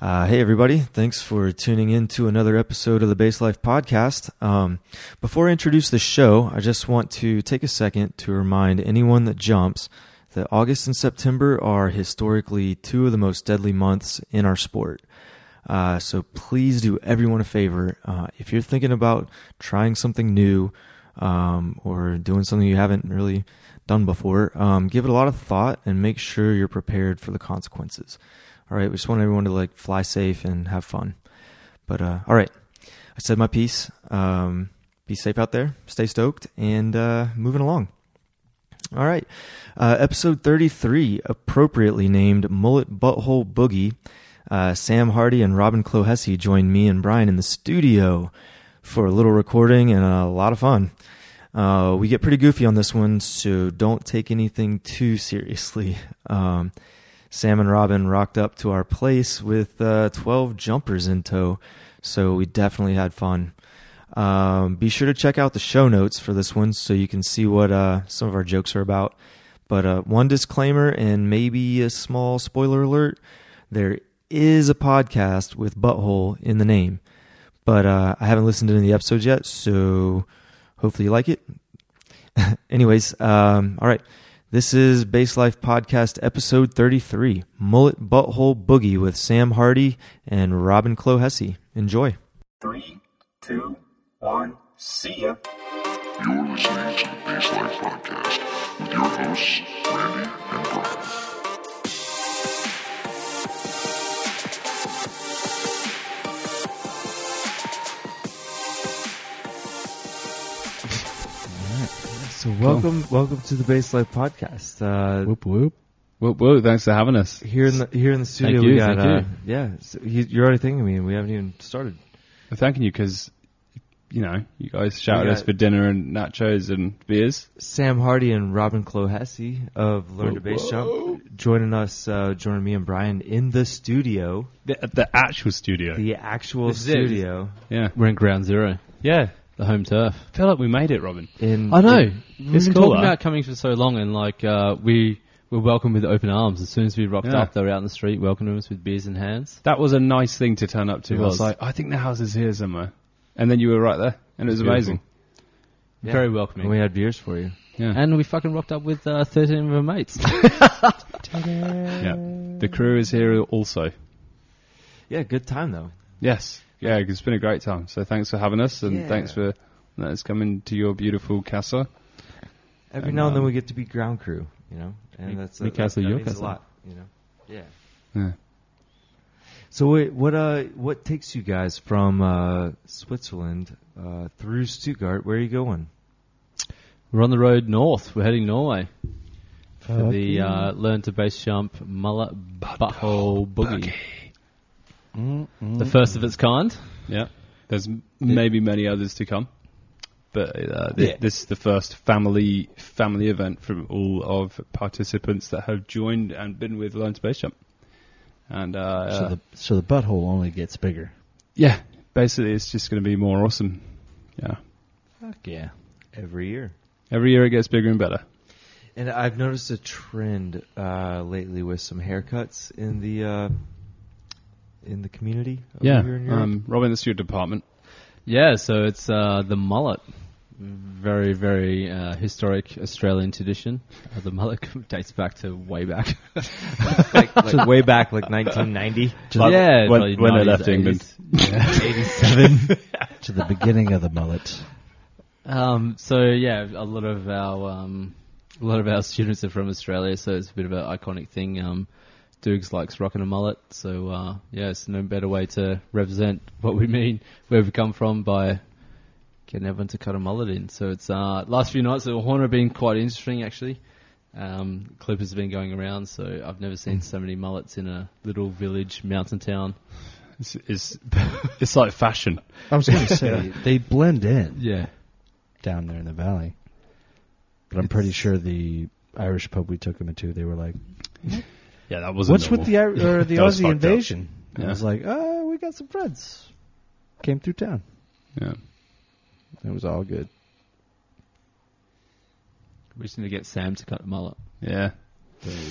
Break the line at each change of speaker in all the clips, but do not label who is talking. Uh, hey, everybody. Thanks for tuning in to another episode of the Base Life Podcast. Um, before I introduce the show, I just want to take a second to remind anyone that jumps that August and September are historically two of the most deadly months in our sport. Uh, so please do everyone a favor. Uh, if you're thinking about trying something new um, or doing something you haven't really done before, um, give it a lot of thought and make sure you're prepared for the consequences. All right, we just want everyone to like fly safe and have fun. But uh, all right, I said my piece. Um, be safe out there, stay stoked, and uh, moving along. All right, uh, episode 33, appropriately named Mullet Butthole Boogie. Uh, Sam Hardy and Robin Clohessy joined me and Brian in the studio for a little recording and a lot of fun. Uh, we get pretty goofy on this one, so don't take anything too seriously. Um, Sam and Robin rocked up to our place with uh, 12 jumpers in tow, so we definitely had fun. Um, be sure to check out the show notes for this one so you can see what uh, some of our jokes are about. But uh, one disclaimer and maybe a small spoiler alert there is a podcast with Butthole in the name, but uh, I haven't listened to any of the episodes yet, so hopefully you like it. Anyways, um, all right. This is Base Life Podcast episode 33 Mullet Butthole Boogie with Sam Hardy and Robin Clohessy. Enjoy.
Three, two, one, see ya.
You're listening to the Base Life Podcast with your hosts, Randy and Brian.
So, welcome welcome to the Base Life Podcast. Uh,
Whoop whoop. Whoop whoop. Thanks for having us.
here in the here in the studio,
Thank
we
you,
got
thank
uh,
you.
yeah. So you, you're already thinking of me, and we haven't even started.
I'm thanking you because, you know, you guys shouted
We
us
got-
for dinner and nachos and beers.
Sam Hardy and Robin Clohessy of Learn to Bass Jump joining us, uh, joining me and Brian in the studio,
The, the actual studio.
the actual
This is it.
studio.
yeah.
We're in ground zero,
Yeah.
the home turf.
I feel like we made it, Robin.
In
I know.
in-
We've
It's
been
cool,
talking
huh?
about coming for so long, and like uh, we were welcomed with open arms. As soon as we rocked
Yeah.
up, they were out in the street welcoming us with beers in hands.
That was a nice thing to turn up to.
It
I was
was.
like, I think the house is here somewhere. And then you were right there. And it was
Beautiful.
amazing.
Yeah.
Very welcoming.
And we had beers for you.
Yeah.
and we fucking rocked up with uh, 13 of our mates.
yeah. The crew is here also.
Yeah, good time though.
Yes. Yeah, it's been a great time. So thanks for having us and
Yeah.
thanks for letting us come into your beautiful casa.
Every
And,
now and then
um,
we get to be ground crew, you know, and that's
we
that-
castle,
that
you
means
castle.
a lot, you know. Yeah.
Yeah.
So wait, what uh, what takes you guys from uh, Switzerland uh, through Stuttgart? Where are you going?
we're on the road north. We're heading Norway for the uh, learn to base jump mullet butthole boogie. The first of its kind.
Yeah. There's m- maybe many others to come, but uh, thi-
Yeah.
this is the first family family event from all of participants that have joined and been with Learn to Base Jump. And uh,
So the so the butthole only gets bigger.
yeah, basically it's just going to be more awesome. Yeah.
Fuck yeah.
Every year.
Every year it gets bigger and better.
And I've noticed a trend uh, lately with some haircuts in the uh, in the community. Over
Yeah.
Here in Europe.
Um, Robin, that's your department.
Yeah, so it's uh, the mullet. Very, very uh, historic Australian tradition. Uh, the mullet dates back to way back.
like, like way back, like 1990,
yeah,
when-
probably
when they
90s,
left
80s.
England.
87.
To the beginning of the mullet.
Um, so yeah, a lot of our um, a lot of our students are from Australia, so it's a bit of an iconic thing. Um, Dukes likes rocking a mullet, so uh, yeah, it's no better way to represent what we mean, where we come from, by getting everyone to cut a mullet in. So it's uh, last few nights at Horner have been quite interesting actually. Um, Clippers have been going around, so I've never seen so many mullets in a little village mountain town.
It's, it's, it's like fashion.
I was going to say they blend in
Yeah,
down there in the valley. But I'm pretty sure the Irish pub we took them into, they were like,
Yeah, that wasn't.
"What's with the Ir- or the
That was
Aussie
fucked up.
invasion?" And
Yeah.
I was like, "Oh, we got some friends came through town.
Yeah.
It was all good."
we just need to get Sam to cut a mullet,
Yeah.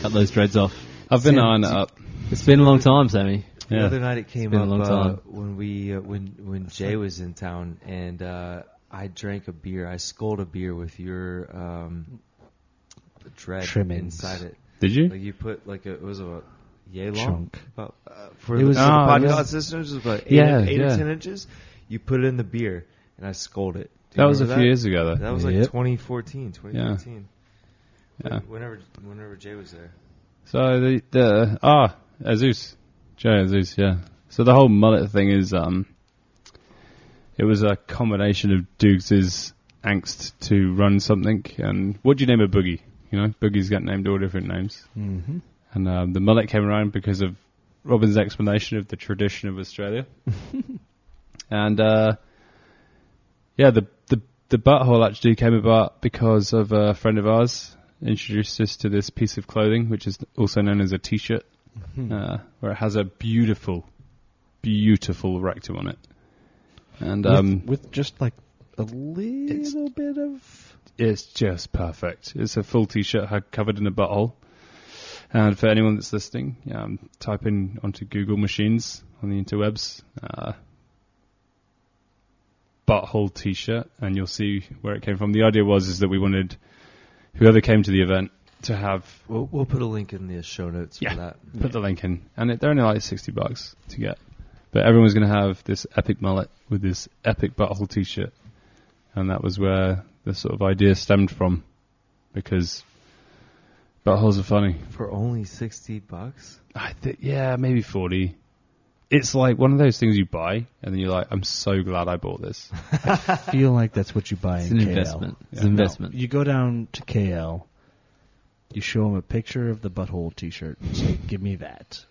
cut those dreads off.
I've been
Sam,
eyeing it
do-
up.
It's been a long time, Sammy.
The
Yeah.
other night it came
been a
up
long
uh,
time.
when we uh, when when Jay was in town and uh, I drank a beer. I sculled a beer with your um, dread
Trimmings.
inside it.
Did you?
Like you put like a, it was a yay long.
Chunk.
About, uh, for
It
the,
was-
for the
Ah, yeah.
podcast listeners, it was about eight,
Yeah,
eight
yeah.
or ten inches. You put it in the beer and I sculled it. Do you
That was a few
remember
years ago,
That
though.
was like
Yep.
2014, 2015.
Yeah.
Whenever whenever Jay was there.
So the the ah Azus, Joe Azus, yeah. So the whole mullet thing is um, it was a combination of Dukes's angst to run something and what do you name a boogie? You know, boogies got named all different names,
Mm-hmm.
and um, the mullet came around because of Robin's explanation of the tradition of Australia, and uh, yeah, the the the butthole actually came about because of a friend of ours introduced us to this piece of clothing, which is also known as a t-shirt,
Mm-hmm.
uh, where it has a beautiful, beautiful rectum on it, and um,
with, with just like a little bit of
it's just perfect. It's a full t-shirt ho- covered in a butthole. And for anyone that's listening, um, type in onto Google machines on the interwebs, uh, butthole t-shirt, and you'll see where it came from. The idea was is that we wanted whoever came to the event to have
We'll, we'll put a link in the show notes
Yeah.
for that.
put the link in, and it, they're only like sixty bucks to get. But everyone's going to have this epic mullet with this epic butthole t-shirt, and that was where the sort of idea stemmed from, because buttholes are funny.
For only 60 bucks?
I think yeah, maybe forty. It's like one of those things you buy, and then you're like, I'm so glad I bought this.
feel like that's what you buy
It's
in
an
KL.
investment. It's an
No,
investment.
you go down to KL, you show them a picture of the butthole T-shirt. and say, Give me that.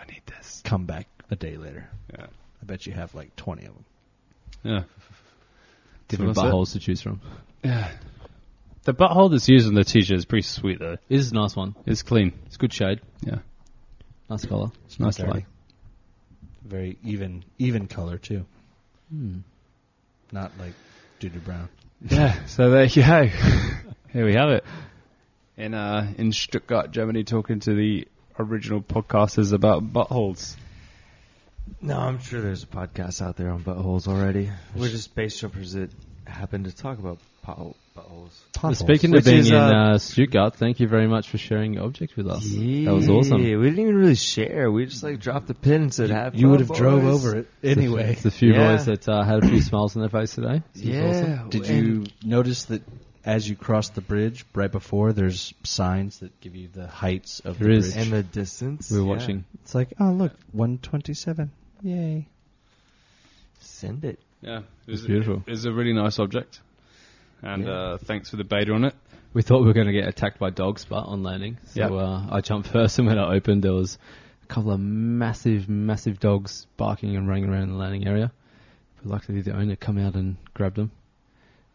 I need this.
Come back a day later.
Yeah,
I bet you have like twenty of them.
yeah.
Different
So that's it.
buttholes to choose from.
Yeah. The butthole that's used on the t-shirt is pretty sweet though.
It is a nice one.
It's clean.
It's good shade.
Yeah,
Nice colour.
it's nice to
Dirty.
like.
Very even, even color too.
Hmm.
Not like Judy Brown.
Yeah, so there you go. Here we have it. In uh, in Stuttgart, Germany, talking to the original podcasters about buttholes.
No, I'm sure there's a podcast out there on buttholes already. We're just base jumpers that happen to talk about pothole- buttholes.
Speaking
Which
of being
is,
in
uh,
uh, Stuttgart, thank you very much for sharing your object with us. That was awesome.
Yeah, We didn't even really share. We just like dropped the pin and said, "Have
You
fun,
would have drove
boys."
over it anyway.
It's a few
Yeah.
boys that uh, had a few smiles on their face today. This was awesome.
Yeah.
Did
and-
you notice that as you cross the bridge, right before, there's signs that give you the heights of
There
the
is.
bridge?
And the distance.
We were
Yeah.
watching.
it's like, oh look, 127. Yay!
Send it.
Yeah, it
was- beautiful.
It's a really nice object, and
Yeah.
uh, thanks for the beta on it.
We thought we were going to get attacked by dogs, but on landing, so
Yep.
uh, I jumped first, and when I opened, there was a couple of massive, massive dogs barking and running around the landing area. But luckily, the owner come out and grabbed them.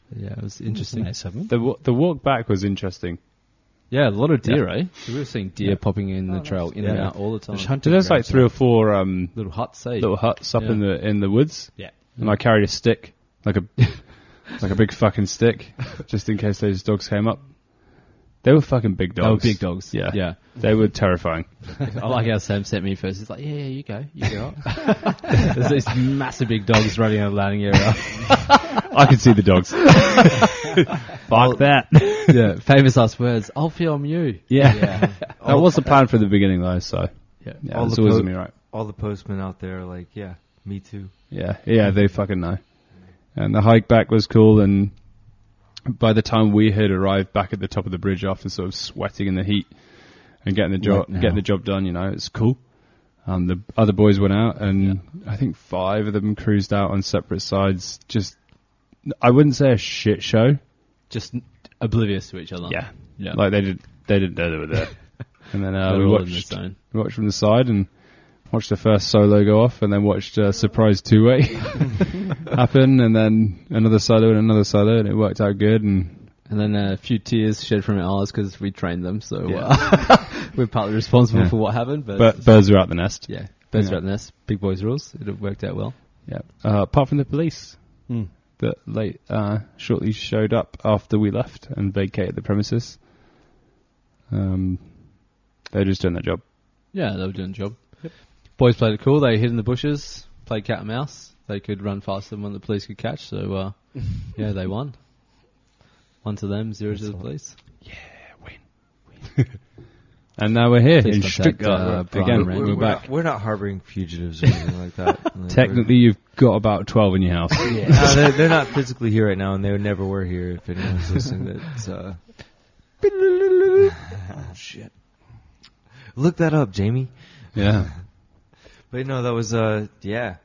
But yeah, it was interesting.
Nice of them.
The wa- the walk back was interesting.
Yeah, a lot of deer, eh? We were seeing deer
Yeah.
popping in the trail, in and
Yeah.
out all the time.
There's hunting.
Oh, So there's like three or four um,
Little huts, eh?
little huts up
Yeah.
in the in the woods,
Yeah.
and I carried a stick, like a like a big fucking stick, just in case those dogs came up. They were fucking big dogs.
They were big dogs.
Yeah.
Yeah.
They were terrifying.
I like how Sam sent me first. He's like, yeah, yeah, you go. You go up. There's these massive big dogs running out of the landing area.
I could see the dogs. Fuck that.
yeah. Famous last words. I'll film you.
Yeah.
Yeah.
That was the plan from the beginning, though, so.
Yeah.
Yeah,
All
it's
the
always
po-
gonna be right.
All the postmen out there are like, "Yeah, me too."
Yeah, yeah, they fucking know. And the hike back was cool, and by the time we had arrived back at the top of the bridge after sort of sweating in the heat and getting the job
Right now.
getting the job done, you know, it's cool. Um, the other boys went out, and I think five of them cruised out on separate sides. Just, I wouldn't say a shit show.
Just n- oblivious to each other.
Yeah,
Yeah.
like they did, they didn't know they were there. and then uh,
They're
we
all in the
watched,
zone.
we watched from the side and watched the first solo go off, and then watched uh, surprise two way happen, and then another solo and another solo, and it worked out good. And
And then a few tears shed from our eyes because we trained them, so
Yeah.
uh, we're partly responsible
Yeah.
for what happened. But,
but birds were out the nest.
yeah, birds
Yeah.
about this. Big boys rules. It worked out well.
Yeah. Uh, apart from the police
Hmm.
that late uh, shortly showed up after we left and vacated the premises. Um, they're just doing their job.
Yeah, they were doing a job. boys played it cool. They hid in the bushes, played cat and mouse. They could run faster than one the police could catch. So uh, yeah, they won. One to them, zero to the
Excellent.
police.
And now we're here
Please
in
contact,
Stuttgart.
uh, Brian
Again,
Rand.
we're,
We're
back.
Not, we're not harboring fugitives or anything like that. Like,
Technically, you've got about 12 in your house.
we're- no, they're, they're not physically here right now, and they would never were here if anyone's listening. That's, uh, oh, shit. Look that up, Jamie.
yeah.
But no, that was uh, yeah,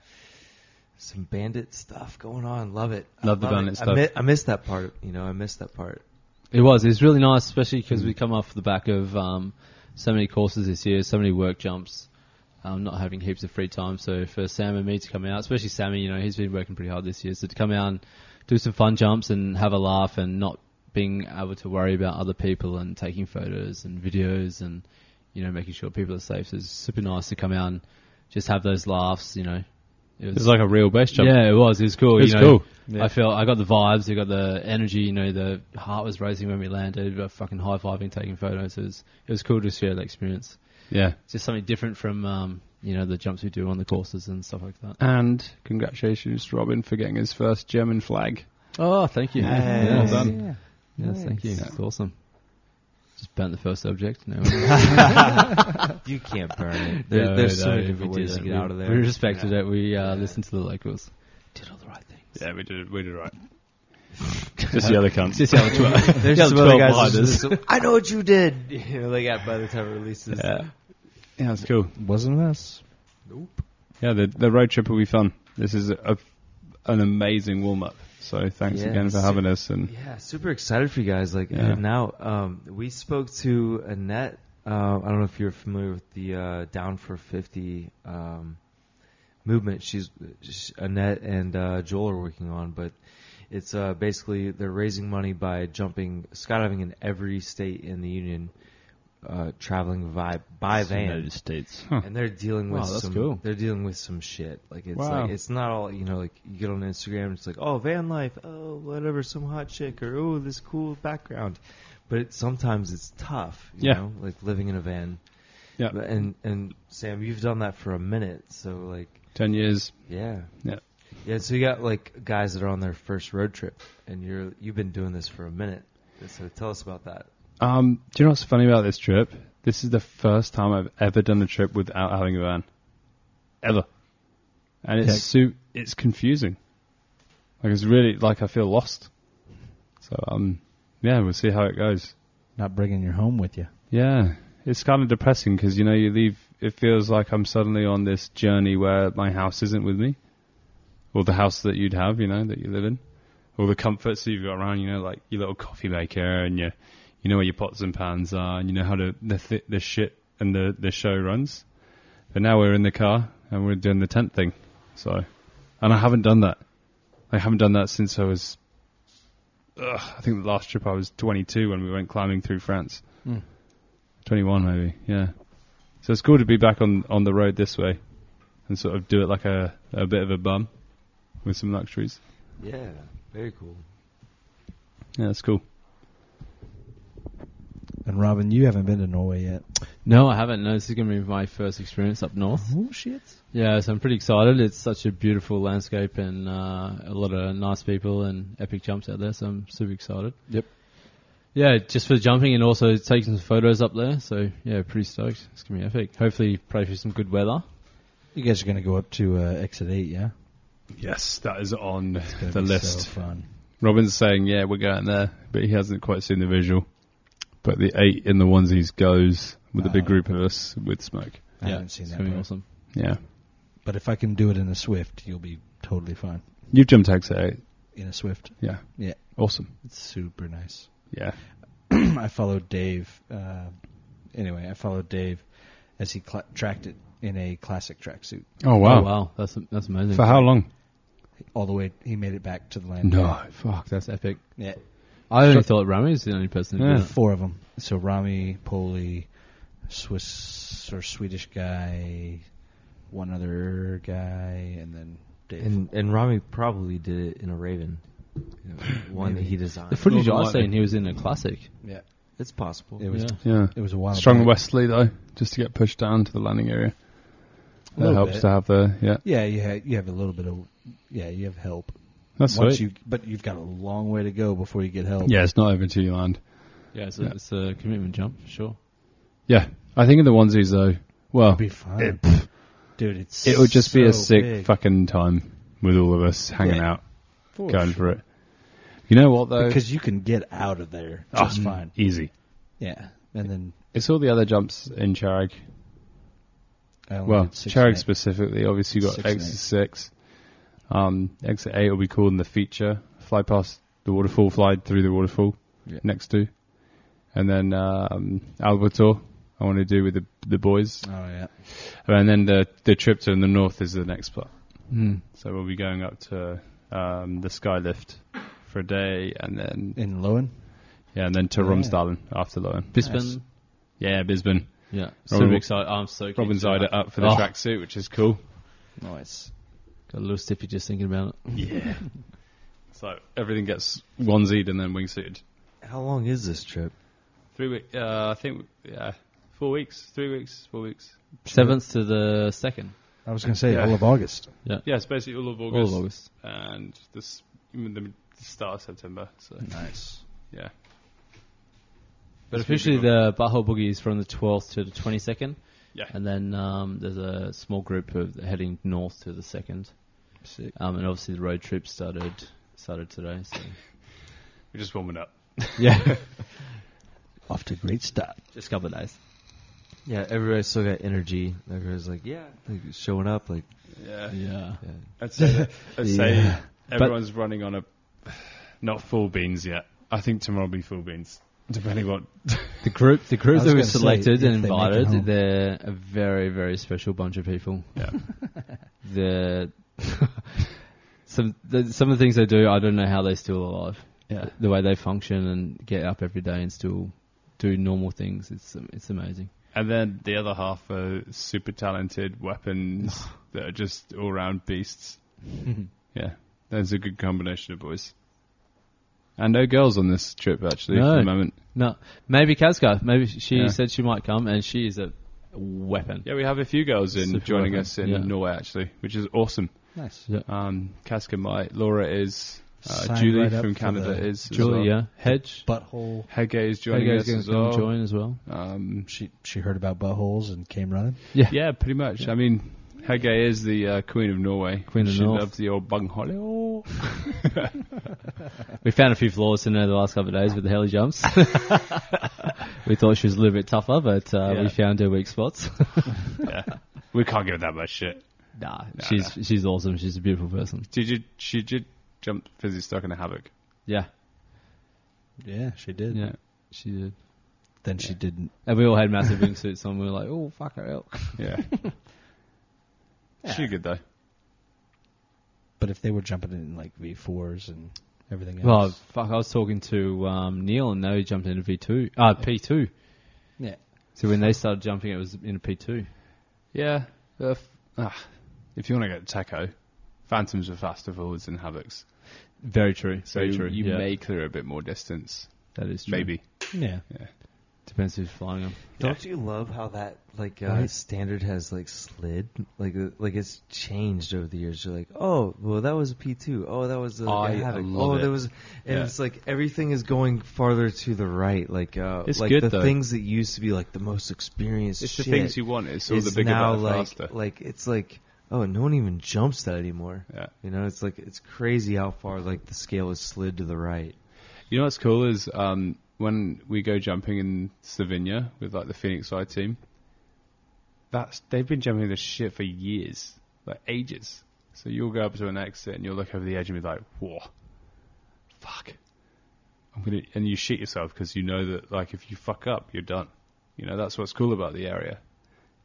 some bandit stuff going on. Love it. I
Love the bandit
it. I,
stuff.
mi- I missed that part. You know, I missed that part.
It was. It was really nice, especially because we come off the back of um, so many courses this year, so many work jumps, um, not having heaps of free time. So for Sam and me to come out, especially Sammy, you know, he's been working pretty hard this year. So to come out and do some fun jumps and have a laugh and not being able to worry about other people and taking photos and videos and, you know, making sure people are safe. So it's super nice to come out and just have those laughs, you know. It
It's like a real base jump.
yeah, it was. It was cool.
It was
you know,
cool. Yeah.
I felt I got the vibes. I got the energy. You know, the heart was racing when we landed. We were fucking high fiving, taking photos. It was it was cool to share that experience.
Yeah.
It's just something different from um, you know the jumps we do on the courses and stuff like that.
And congratulations to Robin for getting his first German flag.
Oh, thank you.
Nice.
Yeah,
Well done.
Yes, thank you.
Nice.
It's awesome. Just burnt the first object. No,
You can't burn it. There,
No,
there's so
no,
many
we
different
did
ways to
it.
get
We-
out of there.
We respected it. We
Yeah.
uh, listened to the locals. Did all the right things.
Yeah, we did we did right. Just the other cunts.
Just the other twelve.
There's
the other
some other
12
guys.
behind
that
us.
just- I know what you did. You know, they got by the time it releases.
Yeah. Yeah, that's cool.
Wasn't us.
Yeah, the the road trip will be fun. This is a, an amazing warm up. So thanks
Yeah,
again for
it's
having us. And
Yeah, super excited for you guys. Like
Yeah.
and now, um, we spoke to Annette. Uh, I don't know if you're familiar with the uh, Down for Fifty um, movement. She's she, Annette and uh, Joel are working on, but it's uh, basically they're raising money by jumping skydiving in every state in the union, uh, traveling by by van,
United States.
and they're dealing with
Wow, that's
some
cool.
they're dealing with some shit. Like it's
Wow.
like it's not all you know. Like you get on Instagram, it's like oh van life, oh whatever, some hot chick or oh this cool background. But it, sometimes it's tough, you
Yeah.
know, like living in a van.
Yeah.
But- And and Sam, you've done that for a minute, so like
ten years.
yeah.
Yeah.
Yeah, so you got like guys that are on their first road trip, and you're you've been doing this for a minute. So tell us about that.
Um, do you know what's funny about this trip? This is the first time I've ever done a trip without having a van, ever. And it's su- it's confusing. Like it's really like I feel lost. So um, yeah, we'll see how it goes.
Not bringing your home with you.
Yeah, it's kind of depressing because you know you leave. It feels like I'm suddenly on this journey where my house isn't with me, or the house that you'd have, you know, that you live in, or the comforts that you've got around, you know, like your little coffee maker and your, you know, where your pots and pans are, and you know how to, the th- the shit and the the show runs. But now we're in the car and we're doing the tent thing, so, and I haven't done that. I haven't done that since I was. Ugh, I think the last trip I was 22 when we went climbing through France. 21 maybe yeah so it's cool to be back on on the road this way and sort of do it like a a bit of a bum with some luxuries
Yeah, very cool.
yeah it's cool
And Robin, you haven't been to Norway yet.
No, I haven't. No, this is going to be my first experience up north.
Oh shit!
Yeah, so I'm pretty excited. It's such a beautiful landscape and uh, a lot of nice people and epic jumps out there, so I'm super excited.
Yep.
Yeah, just for jumping and also taking some photos up there. So yeah, pretty stoked. It's gonna be epic. Hopefully, pray for some good weather.
You guys are going to go up to uh, Exit Eight, yeah?
yes that is on
Gonna
the
be so
list
fun.
robin's saying yeah we're going there but he hasn't quite seen the visual but the eight in the onesies goes with a big
Ah.
group of us with smoke
I
Yeah,
haven't seen
It's
that.
gonna be
part.
awesome.
yeah
But if I can do it in a Swift, you'll be totally fine.
you've jumped exit eight
In a Swift,
yeah
Yeah.
awesome
it's super nice.
yeah
I followed Dave. Uh, anyway, I followed Dave as he cla tracked it in a classic tracksuit.
oh wow,
Oh, wow, that's that's amazing.
for how long
All the way, he made it back to the land.
no
Fuck, that's epic.
Yeah,
I only thought Rami was the only person. Who
Yeah.
did it.
four of them. So Rami, Poli, Swiss or Swedish guy, one other guy, and then Dave.
And and Rami probably did it in a Raven, you know, one that he
The
designed.
footage
Golden
I
Light.
seen, he was in a classic.
yeah,
It's possible.
it was
Yeah.
yeah
it was a while.
strong
back.
westerly though just to get pushed down to the landing area That
A little
helps
bit.
to have the yeah.
Yeah, you have, you have a little bit of yeah, you have help.
That's
Once
sweet.
you but you've got a long way to go before you get help.
yeah, it's not over until you land.
Yeah, it's,
Yeah.
A, it's a commitment jump, for sure.
Yeah, I think in the onesies though. Well,
It'd be fun.
it, pff,
Dude, it's
it would just be a
so
sick
big.
fucking time with all of us hanging
Yeah.
out,
For
going
sure.
for it. You know what though?
Because you can get out of there
Oh,
just fine.
easy.
Yeah. And then
It's all the other jumps in Charig.
I only
Well,
did Oh, six
Charig
nights.
specifically. Obviously, you got
Six
exit
nights.
six. Um, exit eight will be called in the feature. Fly past the waterfall, fly through the waterfall
Yeah.
next to, and then um, Albator. I want to do with the the boys,
Oh yeah.
and then the the trip to the north is the next part.
Hmm.
Mm.
So we'll be going up to um, the skylift for a day, and then
In Lowen?
yeah, and then to
Yeah.
Romsdalen after that.
Bisbane.
Yeah, Bisbane.
Yeah.
Robin-
Super excited. I'm so keen
Robin's
to do
eyed
that.
it up for the
Oh,
tracksuit, which is cool.
Nice.
Got a little stiffy just thinking about it.
Yeah. so everything gets onesied and then wingsuited.
How long is this trip?
Three weeks, uh, I think, yeah, four weeks, three weeks, four weeks.
Seventh to the second.
I was gonna say
Yeah.
all of August.
Yeah, it's basically all of
All
August,
of August.
and this even the start of September. So
Nice.
yeah,
But
That's
officially,
pretty
the Bajo Boogie is from the 12th to the 22nd,
yeah,
and then um, there's a small group of heading north to the 2nd.
Sick.
Um, and obviously, the road trip started started today. So
we're just warming up.
yeah,
Off to a great start.
just a couple of days.
Yeah, everybody's still got energy. Everybody's like, yeah, like showing up. Like,
Yeah,
Yeah,
yeah.
I'd say, that, I'd say
Yeah.
everyone's running on a not full beans yet. I think tomorrow will be full beans, depending what.
the group the
I
group
was
that
gonna
was
say,
selected
if
and
they make it home.
invited, they're a very very special bunch of people.
Yeah.
the some the, some of the things they do, I don't know how they're still alive.
Yeah.
The way they function and get up every day and still do normal things, it's it's amazing.
And then the other half are super talented weapons that are just all round beasts. yeah, that's a good combination of boys. And no girls on this trip, actually,
No.
for the moment.
No, maybe Kazka. Maybe she
Yeah.
said she might come, and she is a weapon.
Yeah, we have a few girls in
Super
joining
weapon,
us in
yeah.
Norway, actually, which is awesome.
Nice.
Um, Casca might, Laura is, uh,
Sign
Julie
right up
from
for
Canada
the
is. as well.
Julia Hedge.
Butthole.
Hege is joining
Hedge
us as
is
well.
going to join as well.
Um,
She she heard about buttholes and came running.
Yeah.
yeah, pretty much. I mean, Hege is the uh, queen of Norway.
Queen of
she
North.
loves the old bung holly. Oh,
We found a few flaws in her the last couple of days with the heli jumps. we thought she was a little bit tougher, but uh,
Yeah.
we found her weak spots.
yeah. We can't give that much shit.
nah,
Nah,
she's she's awesome. She's a beautiful person.
Did you? She did jump fizzy stuck in a havoc.
Yeah,
Yeah, she did.
yeah, she did.
Then she didn't.
And we all had massive wingsuits on. We were like, oh, fuck her out.
Yeah. She good though.
But if they were jumping in like V fours and everything else,
Well, fuck, I was talking to um, Neil and they jumped into V2, uh, P2.
yeah,
So when they started jumping, it was in a P2.
Yeah. Uh, f- ah, if you want to get taco, phantoms are faster forwards than havocs.
Very true.
So
very
you,
true.
you
yeah.
may clear a bit more distance.
that is true.
Maybe.
yeah.
Depends who's flying them.
Don't you love how that like uh,
Right.
standard has like slid, like uh, like it's changed over the years? You're like, oh, well, that was a P two. Oh, that was a,
I
a havoc.
love
Oh,
it.
there was, and
Yeah.
it's like everything is going farther to the right. Like, uh,
It's
like
good,
the
though.
things that used to be like the most experienced.
It's
shit
the things you want. It's all
is
the bigger,
now
better,
like
faster.
like it's like oh, no one even jumps that anymore.
Yeah.
You know, it's like it's crazy how far like the scale has slid to the right.
You know what's cool is um, when we go jumping in Slovenia with like the Phoenix Eye team. That's they've been jumping this shit for years, like ages. So you'll go up to an exit and you'll look over the edge and be like, "Whoa, fuck!" I'm gonna and you shit yourself because you know that like if you fuck up, you're done. You know that's what's cool about the area.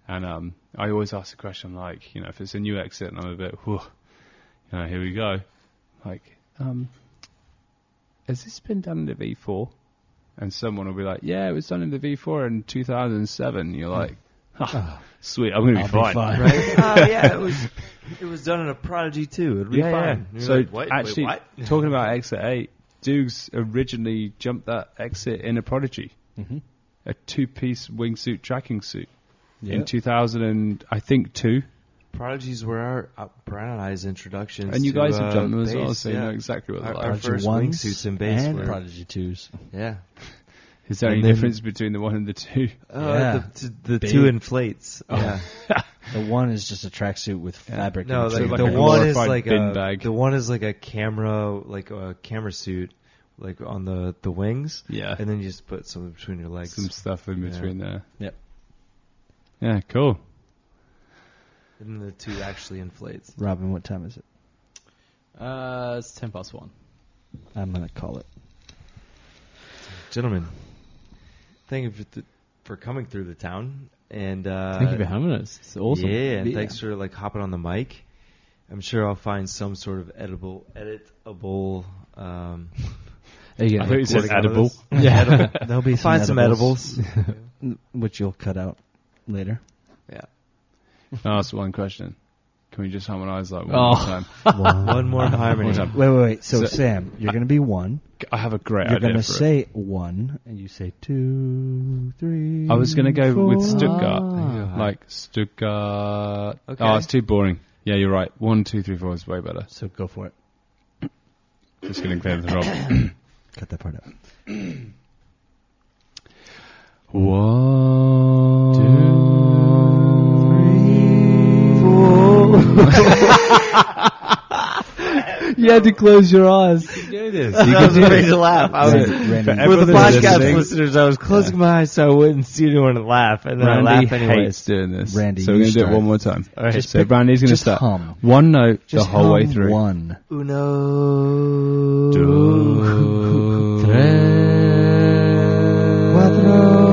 And um, I always ask the question like, you know, if it's a new exit and I'm a bit, whoa, you know, here we go. Like, um, has this been done in the V4? And someone will be like, yeah, it was done in the V4 in 2007. You're like, "Ha, sweet, I'm going to
I'll
be fine.
Right? oh yeah, it was it was done in a prodigy too. It'd be
Yeah,
fine.
yeah.
You're
So
like, what? Wait,
actually,
what?
talking about exit eight, Dukes originally jumped that exit in a Prodigy,
Mhm.
a two-piece wingsuit tracking suit
Yeah.
in 2000 and I think two,
Prodigies were our uh, Brad and I's introductions.
And you
to,
guys
uh,
have jumped them as well,
bass,
so you
yeah.
know exactly what
Our-
they're
our
like.
Prodigy
first
ones
wingsuits and bass
and
were-
Prodigy twos.
yeah.
Is there
And
any
then-
difference between the one and the two?
Uh,
Yeah.
The, the, the
Big.
two inflates.
Oh.
Yeah.
The one is just a tracksuit with fabric.
No,
and
like,
trim.
like
the
a
one is
glorified
like
bin
a
bag.
the one is like a camera like a camera suit like on the the wings,
Yeah.
and then you just put something between your legs.
Some stuff in
Yeah.
between there.
Yep.
Yeah, cool.
And the two actually inflates.
Robin, what time is it?
Uh, it's ten past one.
I'm gonna call it.
Gentlemen, thank you for, th- for coming through the town and uh,
Thank you for having us. It's awesome.
Yeah, and thanks for like hopping on the mic. I'm sure I'll find some sort of edible, editable. Um,
Are
I
you gonna
thought you said
recording out of
edible.
this.
Yeah, there'll be
I'll
some
find some edibles.
which you'll cut out later.
I'll ask one question. Can we just harmonise like one more
Oh.
time?
One more harmony.
One more
Wait, wait, wait. So,
So-
Sam, you're gonna be one.
I have a great
you're
idea.
gonna
for it.
say one, and you say two, three.
I was gonna go with
four.
Stuttgart,
Ah.
like Stuttgart.
Okay.
Oh, it's too boring. Yeah, you're right. One, two, three, four is way better.
So go for it.
Just gonna clear the rob.
Cut that part out.
One,
you had to close your eyes.
I was ready to laugh. I was,
Randy,
for the
everyone that's listening-
podcast listeners, I was closing my eyes so I wouldn't see anyone and laugh, and then
Randy
I laugh anyways.
hates doing this.
Randy,
so we're gonna
you
do
start.
it one more time. All right.
Just
so
pick-
Randy's gonna
just
start
hum.
one note
just
the whole way
hum
through.
One.
Uno.
Cuatro.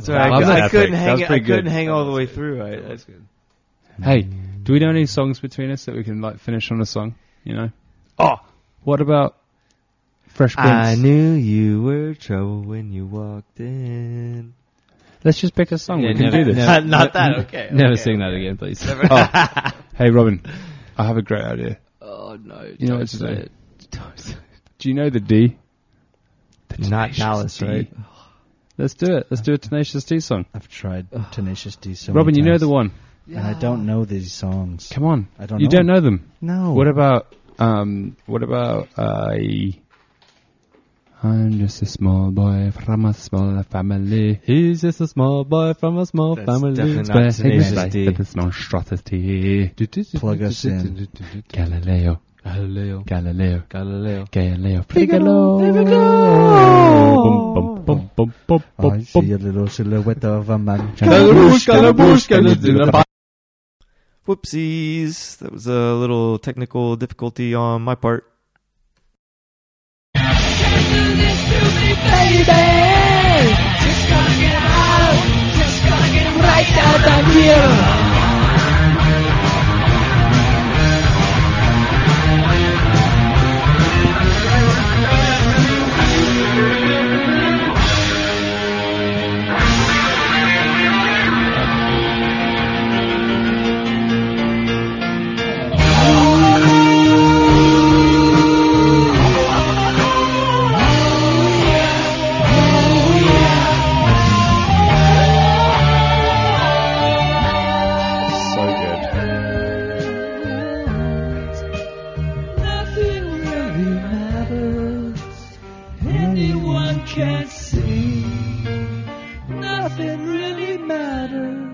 Sorry, I,
That was
cou- I
epic.
couldn't
That
hang.
was
I
pretty
couldn't
good.
hang all the way through. I, I,
Hey, do we know any songs between us that we can like finish on a song? You know. Oh, what about Fresh Prince?
I knew you were trouble when you walked in.
Let's just pick a song.
Yeah,
we can
never-
do this.
never-
Not that,
ne-
okay,
Never
okay,
sing that again, please.
Oh. hey, Robin, I have a great idea.
Oh no!
You know
don't
what to
say
do.
it. Don't say it.
Do you know the D?
Not Dallas, right?
Let's do it. Let's do a Tenacious D song.
I've tried Tenacious D so
Robin,
many
you know
times,
the one.
and I don't know these songs.
Come on.
I don't
you
know.
don't know them.
No.
What about um? What about I? I'm just a small boy from a small family.
He's just a small boy from a small
That's
family.
definitely not
But-
Tenacious
Like
D.
the monstrosity.
Plug us in.
Galileo,
Galileo.
Galileo,
Galileo.
Galileo. Bum,
Figaro.
bum, bum, bum, bum,
I
bum.
see a little silhouette of a man.
Whoopsies. That was a little technical difficulty on my part.
So good.
Anyone can see. Nothing really matters.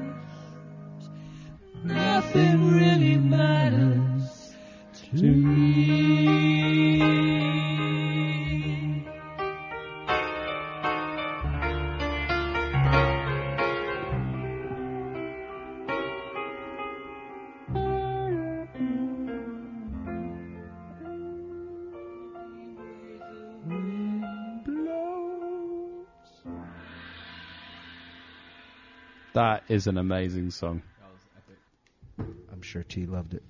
Nothing really matters to me.
That is an amazing song.
I'm sure T loved it.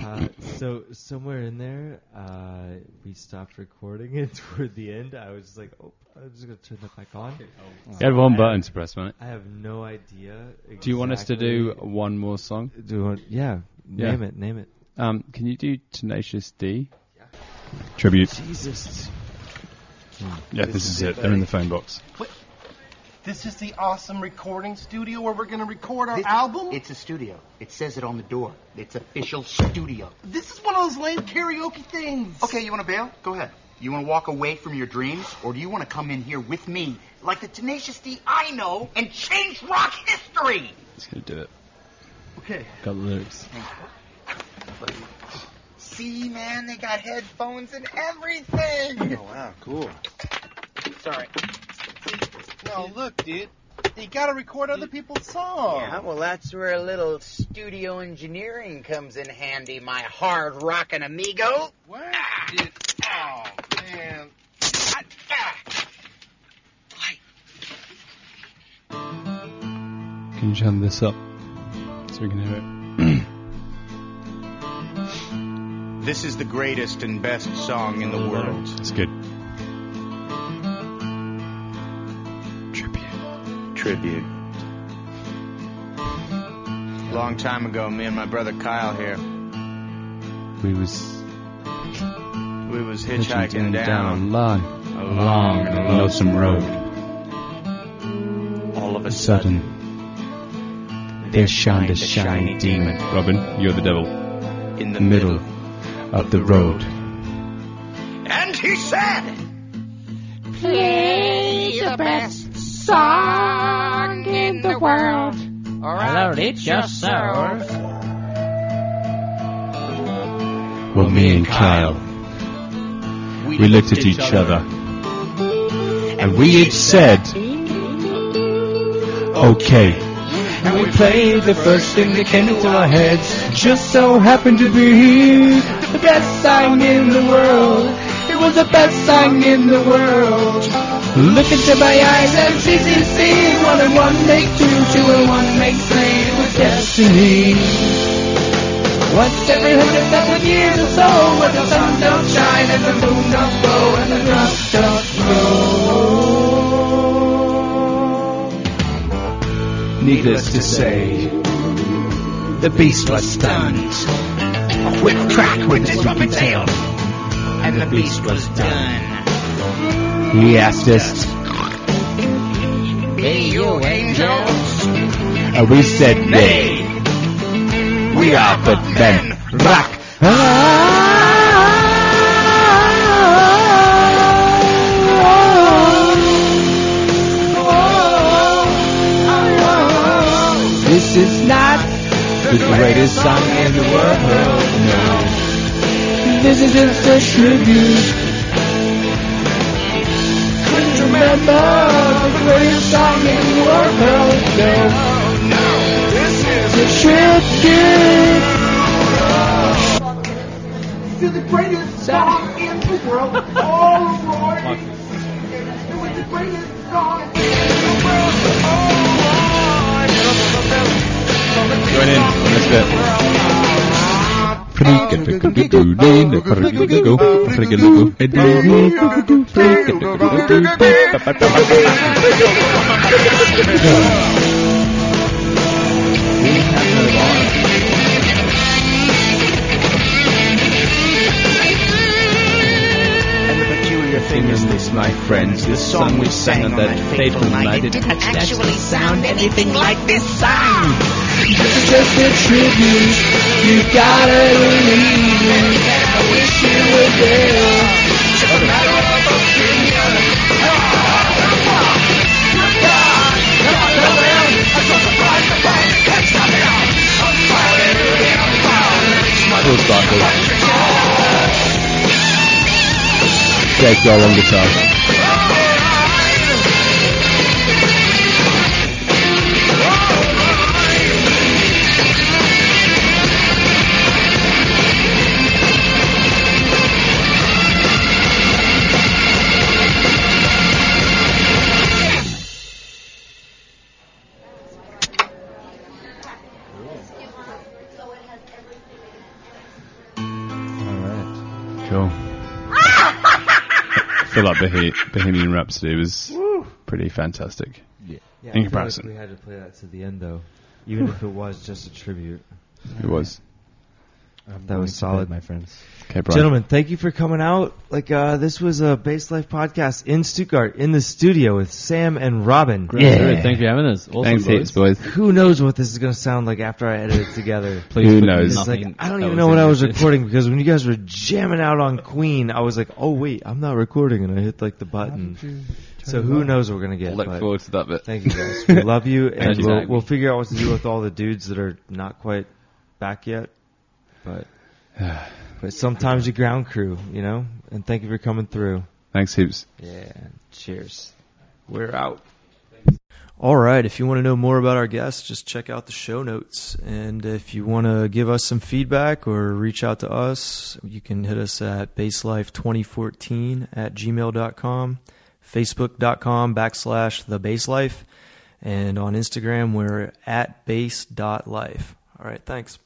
Uh, so somewhere in there, uh, we stopped recording, and toward the end, I was just like, "Oh, I'm just gonna turn that back on."
You had one button to press, mate.
I have no idea. Exactly.
Do you want us to do one more song?
Do you want- yeah,
Yeah.
name it, name it.
Um, can you do Tenacious D? Tribute.
Jesus.
Yeah, this is it. They're in the phone box.
This is the awesome recording studio where we're going to record our
This-
album?
It's a studio. It says it on the door. It's official studio.
this is one of those lame karaoke things.
Okay, you want to bail? Go ahead. You want to walk away from your dreams, or do you want to come in here with me, like the tenacious D I know, and change rock history?
It's gonna do it.
Okay.
Got lyrics.
See, man, they got headphones and everything.
Oh, wow, cool.
Sorry.
No, look, dude. You got to record other people's songs.
Yeah, well, that's where a little studio engineering comes in handy, my hard rockin' amigo.
Wow, dude. Oh, man.
I- ah. Like,
Can you turn this up so we can hear it?
This is the greatest and best song in the world.
It's good. Tribute.
Tribute. Long time ago, me and my brother Kyle here,
We was
we was
hitchhiking
hitchhiking down
long,
a
long
long
and
and lonesome
lonesome road.
All of a sudden,
Sudden,
there shined a shiny demon
Robin, you're the devil.
in the
Middle
middle.
of the road.
And he said,
Play the best song in the world, or I'll eat yourself.
Well, me and Kyle, we looked at each other, and we had said, "Okay." And we played the first thing that came into our heads. Just so happened to be the best song in the world. It was the best song in the world. Look into my eyes and see, see, see. One and one make two, two and one make three. It was destiny. Once every hundred thousand years or so, when the sun don't shine and the moon don't blow and the drums don't roll. Needless to say, the beast was stunned.
A whip crack with his rubber tail, and the beast was done.
He asked us,
Be you angels,
and we said nay. We are but men. Rock. This is not the greatest song in the world. No. This is just a tribute. Couldn't remember the greatest song in the world. No.
This is the greatest song in the world. Oh, Lord. It was the greatest song in the world.
Join in on this bit.
And the peculiar thing is this, my friends, the song we sang on that fateful night, it
didn't actually sound anything like this song.
Just a tribute, you gotta believe it. I wish you were there. Full cycle. Jack Doll on guitar.
All right.
Cool. I feel like Bohe- Bohemian Rhapsody was pretty fantastic.
Yeah,
In
I feel like
comparison.
we had to play that to the end though, even if it was just a tribute.
It was.
I'm
That was
going to
solid.
bed, my friends.
Okay, Brian.
Gentlemen, thank you for coming out. Like uh, this was a Base Life podcast in Stuttgart, in the studio with Sam and Robin.
Great, Thank you for having us. Awesome,
Thanks,
boys.
heaps, boys.
Who knows what this is going to sound like after I edit it together?
Please
Who
put
knows?
It's
nothing
like I don't
that
even know what
in
I
there.
was recording because when you guys were jamming out on Queen, I was like, "Oh wait, I'm not recording," and I hit like the button. So who knows what we're gonna get?
Look
but
forward to that bit.
Thank you guys. We love you, and
Thank you.
we'll, we'll figure out what to do with all the dudes that are not quite back yet. But but sometimes you ground crew, you know. And thank you for coming through.
Thanks, heaps.
Yeah. Cheers. We're out. All right. If you want to know more about our guests, just check out the show notes. And if you want to give us some feedback or reach out to us, you can hit us at baselife2014 at gmail.com, facebook.com backslash the baselife, and on Instagram, we're at base.life. All right. Thanks.